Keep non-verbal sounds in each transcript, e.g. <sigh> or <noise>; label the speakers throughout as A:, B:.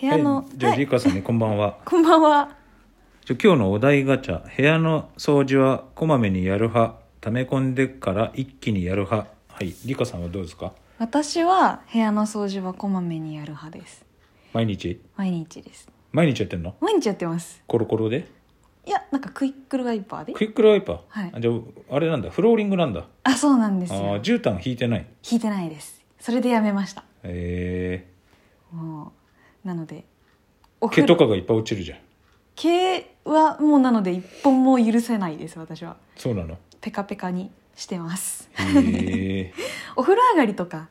A: 部屋の
B: はい、じゃあ
A: はい
B: リカさんにこんばんは
A: こんばんは
B: じゃあ今日のお題ガチャ部屋の掃除はこまめにやる派溜め込んでから一気にやる派はいリカさんはどうですか
A: 私は部屋の掃除はこまめにやる派です
B: 毎日
A: 毎日です
B: 毎日やってんの
A: 毎日やってます
B: コロコロで
A: いやなんかクイックルワイパーで
B: クイックルワイパー、
A: はい
B: あじゃああれなんだフローリングなんだ
A: あそうなんです
B: あ
A: よ
B: ー絨毯引いてない
A: 引いてないですそれでやめました
B: え
A: もうなのでお
B: ー、毛とかがいっぱい落ちるじゃん
A: 毛はもうなので一本も許せないです私は
B: そうなの
A: ペカペカにしてます
B: へえー、
A: お風呂上がりとか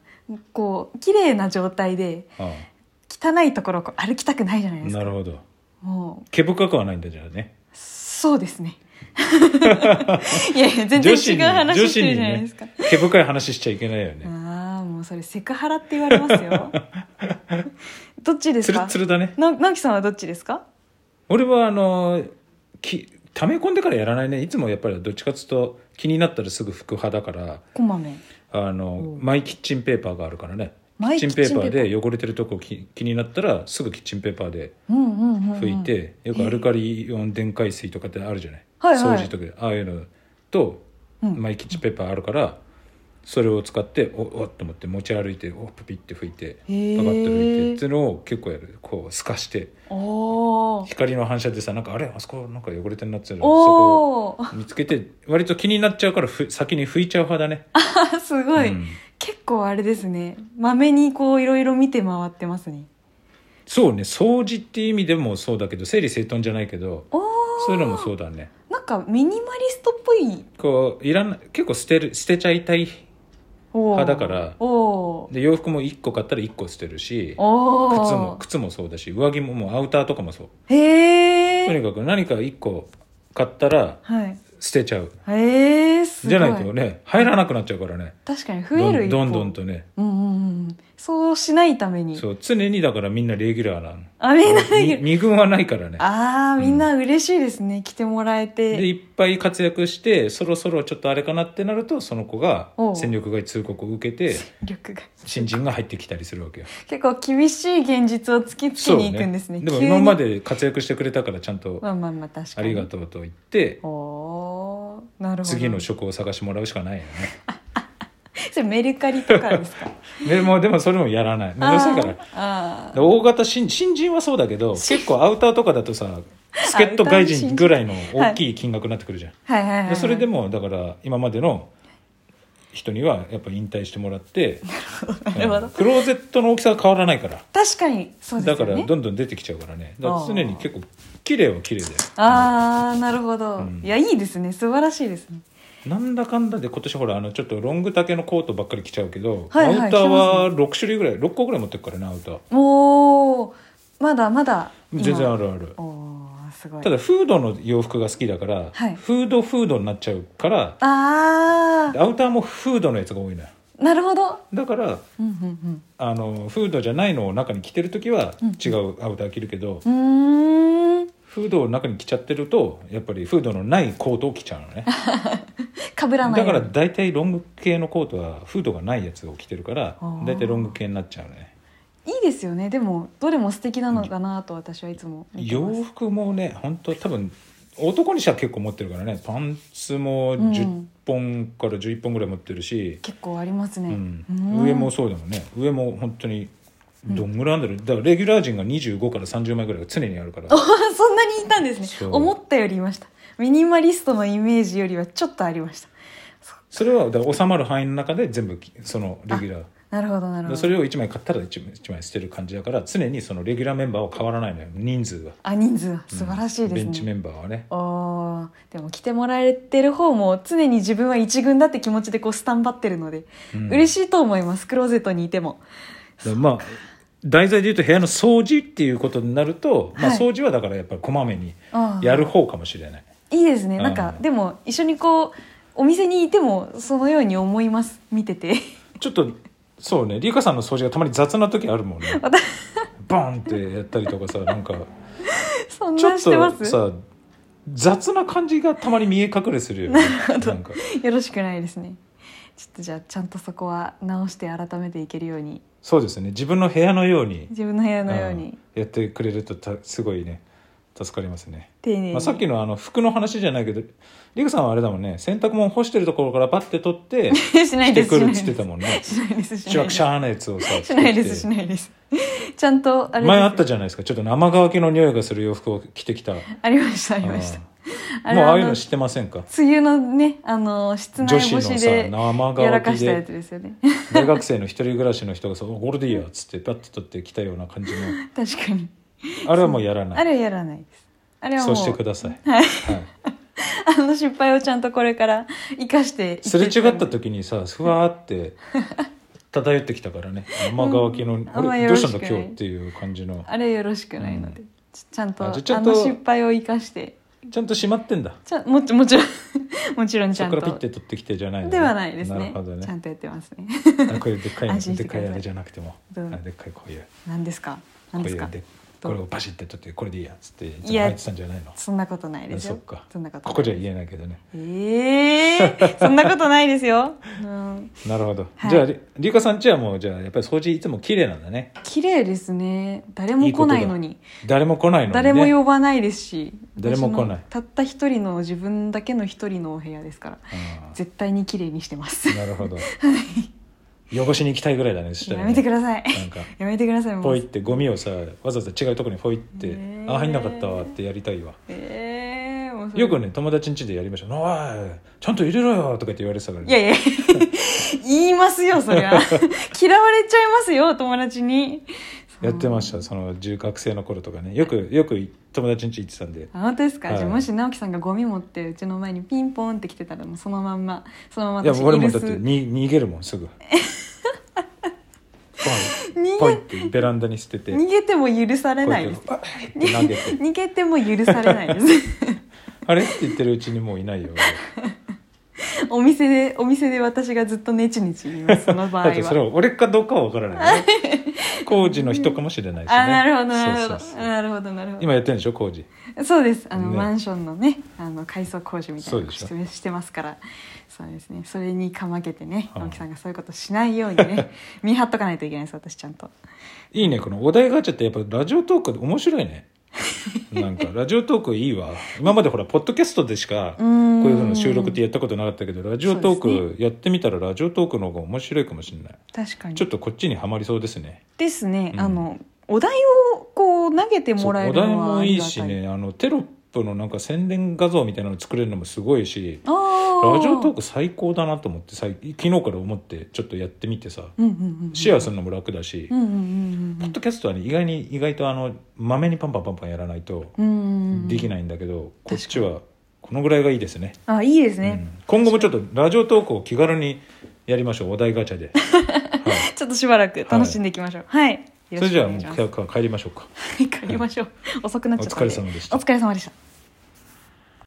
A: こう綺麗な状態で
B: あ
A: 汚いところをこう歩きたくないじゃない
B: ー
A: ですか
B: なるほど
A: もう
B: 毛深くはないんだじゃあね
A: そうです
B: <laughs>
A: ねいやいや全然違う話してるじゃないですか、
B: 女子にね毛深い話しちゃいけないよね
A: ああもうそれセクハラって言われます
B: <laughs>
A: よどっちです
B: ツル
A: か
B: ツルだね
A: な直樹さんはどっちですか
B: 俺はあのき溜め込んでからやらないねいつもやっぱりどっちかっつうと気になったらすぐ拭く派だから
A: こまめ
B: あの、
A: うん
B: マイキッチンペーパーがあるからね
A: マイ
B: キッチンペーパー
A: キッチンペ
B: で汚れてるとこき気になったらすぐキッチンペーパーで
A: うんうんうんうん
B: 拭いて、よくアルカリイオン電解水とかってあるじゃない、
A: はいはい
B: 掃除とかでああいうのと
A: うん
B: マイキッチンペーパーあるからそれを使っておおっと思って持ち歩いておピピって拭いて
A: へー
B: パカッと拭いてっていうのを結構やるこう透かして
A: おー
B: 光の反射でさなんかあれあそこなんか汚れてんなっつうのそこ
A: おー
B: を見つけて割と気になっちゃうからふ先に拭いちゃう派だね、
A: あすごい、
B: うん
A: 結構あれですねまめにこういろいろ見て回ってますね
B: そうね掃除っていう意味でもそうだけど整理整頓じゃないけど
A: おー
B: そういうのもそうだね
A: なんかミニマリストっぽい
B: こういらん結構捨てる捨てちゃいたい
A: おー
B: 派だから
A: おー
B: で洋服も1個買ったら1個捨てるし
A: おー
B: 靴も靴もそうだし上着ももうアウターとかもそう
A: へ
B: と
A: え
B: にかく何か1個買ったら
A: はい
B: 捨てちゃう
A: へえすごい
B: じゃないとね入らなくなっちゃうからね
A: 確かに増
B: ど
A: える
B: ん
A: 一
B: ど
A: 方
B: んどんとね
A: うんうんうんそうしないために
B: そう常にだからみんなレギュラーなの
A: あみんな
B: <laughs> み二軍はないからね
A: あーみんな嬉しいですね、来てもらえ
B: で
A: て
B: いっぱい活躍してそろそろちょっとあれかなってなるとその子が
A: おう
B: 戦力外通告を受けて
A: 力が
B: 新人が入ってきたりするわけよ
A: 結構厳しい現実を突きつけに行くんですね
B: でも
A: 急に
B: 今まで活躍してくれたからちゃんと
A: まあまあまあ確
B: あ
A: かに
B: りがとうと言って
A: おーなるほど
B: 次の職を探してもらうしかないよね
A: それメルカリとかです
B: <laughs>
A: か
B: でもでもそれもやらない面倒くさいから
A: あーあ
B: で大型新新人はそうだけど結構アウターとかだとさ助っ人外人ぐらいの大きい金額になってくるじゃん、
A: ーはいはいはい、は
B: で
A: い、
B: それでもだから今までの人にはやっぱ引退してもらって
A: <laughs> なるほ
B: う
A: ど
B: んクローゼットの大きさは変わらないから
A: 確かにそうで
B: だ
A: す
B: か
A: よ
B: ら
A: ね
B: どんどん出てきちゃうからねだから常に結構綺麗は綺麗だよ
A: ああなるほど、
B: うん
A: いやいいですね素晴らしいですね
B: なんだかんだで今年ほらあのちょっとロング丈のコートばっかり着ちゃうけど、
A: はいはい
B: アウター
A: 着
B: は6種類ぐらい6個ぐらい持ってくからねアウター
A: おーまだまだ今
B: 全然あるある
A: おーすごい
B: ただフードの洋服が好きだから、
A: はい
B: フードフードになっちゃうから
A: あ
B: アウターもフードのやつが多いのよ
A: あなるほど
B: だから
A: うんうん
B: あのフードじゃないのを中に着てる時は
A: うん
B: 違うアウター着るけど、
A: うんうーん
B: フードを中に着ちゃってるとやっぱりフードのないコートを着ちゃうの
A: <laughs>
B: ね
A: かぶらない
B: だから大体ロング系のコートはフードがないやつを着てるから
A: あー
B: 大体ロング系になっちゃうね
A: いいですよねでもどれも素敵なのかなと私はいつも見てます
B: 洋服もね本当多分男にしては結構持ってるからねパンツも
A: うん
B: 10本から11本ぐらい持ってるし、
A: 結構あります
B: う
A: ね、
B: ん
A: うん
B: 上もそうだもんね上も本当にどんぐらいあんだろう、だからレギュラー陣が25から30枚ぐらいが常にあるか
A: <laughs>
B: ら
A: そんなにいたんです
B: そ
A: ね
B: う
A: 思ったよりいましたミニマリストのイメージよりはちょっとありました
B: それはだから収まる範囲の中で全部そのレギュラー
A: なるほどな
B: だ
A: るほ
B: から
A: ど
B: それを1枚買ったら 1, 枚捨てる感じだから常にそのレギュラーメンバーは変わらないのよ人数が
A: あ人数は素晴らしいですね、
B: ベンチメンバーはね
A: おーでも来てもらえてる方も常に自分は一軍だって気持ちでこうスタンバってるので、
B: うん
A: 嬉しいと思いますクローゼットにいても
B: だからまあ題材で言うと部屋の掃除っていうことになると、まあ、
A: はい
B: 掃除はだからやっぱりこまめに
A: あー
B: やる方かもしれない、
A: いいですねなん
B: あ
A: か
B: ー
A: でも一緒にこうお店にいてもそのように思います見て <laughs> て
B: ちょっとそうねリカさんの掃除がたまに雑な時あるもんね
A: 私
B: ボンってやったり
A: <laughs>
B: とかさなんか
A: そん
B: ちょ
A: な
B: っ
A: してます
B: とさ雑な感じがたまに見え隠れ
A: <laughs>
B: するよねなんか
A: よろしくないですねちょっとじゃあちゃんとそこは直して改めていけるように
B: そうですね自分の部屋のように
A: 自分の部屋のように、
B: んやってくれるとたすごいね助かりますね、
A: 丁寧に、
B: まあ、さっきのあの服の話じゃないけどリクさんはあれだもんね洗濯物干してるところからパッて取って
A: し <laughs> ない
B: 着
A: で
B: て
A: す
B: くるっつ
A: し
B: っ
A: な
B: て
A: いで
B: たもんね
A: すしないですし
B: シ
A: ない
B: ャ
A: で
B: ク
A: す
B: シャーなやつをさ
A: <laughs> しないですし
B: い
A: ないです <laughs> ちゃんとあれ
B: 前あっ
A: で
B: たじゃないですかちょっと生乾きの匂いがする洋服を着てきた
A: すありましたありました
B: うんもうああいう
A: あ
B: の
A: の
B: 知ってませんか
A: 梅雨のねあの室
B: 女
A: 内
B: 子
A: 干
B: のさ
A: しで
B: 生
A: やら
B: 乾
A: か
B: き
A: したや
B: で
A: つですよね <laughs>
B: 大学生の一人暮らしの人がさ「おゴールディア」っつってパッて取ってきたような感じの
A: 確かに
B: あれはもうやらな
A: <laughs> あ
B: い
A: れはやらないですあれは
B: そ
A: も
B: うしてく
A: う
B: ださい、はい、
A: あの失敗をちゃんとこれから生かして
B: すれ
A: 生きてい
B: 違
A: く
B: った時にさふわーって漂ってきたから
A: <laughs>
B: ね生乾きの、
A: あんま
B: あれ
A: よ
B: どう
A: ろ
B: し
A: したく
B: んだ
A: ない
B: 今日っていう感じの
A: あれよろしくないので、
B: う
A: ちちゃんと
B: あ
A: あ
B: じゃあちゃんと
A: の失敗を生かして
B: ちゃんとしまってんだ
A: ちゃもちもちろん <laughs> もちろんち
B: そ
A: ゃ
B: こ
A: ん
B: か
A: と
B: らピッて取ってきてじゃないのね
A: ではないですね
B: なるほど
A: ちゃ
B: ね
A: んとやってますね <laughs>
B: あこういうでっかいの
A: 安心し
B: でって
A: く
B: か
A: だ
B: い
A: さい
B: あれじゃなくても
A: どう
B: あでっかいこういう
A: 何ですか
B: こ
A: 何
B: う
A: で
B: い
A: す
B: う
A: か
B: で
A: ど
B: こ
A: う
B: れをバシッて取ってこれでいいやっつっていつも
A: いや
B: 入ってたんじゃないの
A: そんなことないですよ
B: あそっか
A: んなことない
B: ここじゃ言えないけどね
A: ええー、そんなことないですよ、うん、
B: なるほど、
A: はい
B: じゃありりかさんちはもうじゃあやっぱり掃除いつも綺麗なんだね
A: 綺麗ですね誰も来ないのに
B: 誰も来ないのに、ね、
A: 誰も呼ばないですし
B: 誰も来ない
A: 私のたった一人の自分だけの一人のお部屋ですから
B: あ
A: 絶対に綺麗にしてます
B: ーなるほど、汚しに行きたいぐらいだねそしたら、ね、
A: <laughs> やめてください
B: なんか
A: <laughs> やめてくださいも
B: ポイっ
A: う
B: てゴミをさわざわざ違うとこにポイって、
A: ねえ
B: あ入んなかったわってやりたいわ
A: えー、もうそれ
B: よくね友達ん家でやりました「おいちゃんと入れろよ」とかって言われてたから、
A: いやい <laughs> や言いますよ
B: <laughs>
A: そりゃ嫌われちゃいますよ友達に
B: やってましたその中学生の頃とかねよくよく友達ん家行ってたんで
A: あ本当ですか、
B: はい
A: じゃあもし直樹さんがゴミ持ってうちの前にピンポンって来てたらもうそのまんまそのま
B: い
A: ま
B: や
A: 私
B: 俺も
A: イ
B: だ
A: ル
B: っ
A: ス
B: てに逃げるも
A: <laughs>
B: んすぐポイってベランダに捨てて
A: 逃げても許されないです
B: こうやってあって
A: <laughs>
B: 投げて
A: 逃げても許され
B: <laughs>
A: ないです
B: あれって言ってるうちにもういないよ
A: お店でお店で私がずっとネチネチ言いますその場合
B: だってそれ
A: は
B: は俺かどうかは分からないよね
A: <laughs>
B: 工事の人かもしれないしね
A: あなるほどなるほ
B: そ
A: ど
B: うそうそう
A: なるほどなるほど
B: 今やってるんでしょ工事
A: そうですあの、
B: ね
A: マンションのねあの改装工事みたいな
B: そう
A: の
B: でしょ
A: してしてますからそうですねそれにかまけてね
B: うん
A: 青木さんがそういうことしないように
B: <laughs>
A: ね見張っとかないといけないです私ちゃんと
B: いいねこのお題ガチャってやっぱラジオトーク面白
A: <laughs>
B: いねなんかラジオトークいいわ今までほらポッドキャストでしかこう
A: ーん
B: いうふうな収録ってやったことなかったけどラジオト
A: そう
B: ークやってみたらラジオトークの方が面白いかもしれない
A: 確かに
B: ちょっとこっちにはまりそうですね
A: ですね、
B: うん
A: あのお題をこう投げて
B: そう
A: も
B: お
A: らえ
B: 題
A: るのは
B: も
A: あ
B: い
A: り
B: い
A: がた
B: しねあのテロップのなんか宣伝画像みたいなの作れるのもすごいし
A: あー
B: ラジオトーク最高だなと思って最昨日から思ってちょっとやってみてさ
A: うんうんうんうん
B: シェアするのも楽だし、
A: うんうんうん
B: ポッドキャストはね意外に意外とあのまめにパンパンパンパンやらないと
A: うんうん
B: でき
A: い
B: ないんだけど、こっちはこのぐらいがいいですね
A: あいいですね、
B: うん今後もちょっとラジオトークを気軽にやりましょうお題ガチ
A: <laughs>
B: ャで、はい、
A: ちょっとしばらく楽しんでいきましょうはい、よ
B: そ
A: ろ
B: れ
A: し
B: じ
A: く
B: ゃ
A: お
B: あ
A: 願いうし
B: も
A: ます
B: か帰りましょうか
A: <laughs> 帰りましょう遅くなっちゃったん
B: お疲れ様でした
A: お疲れ様でした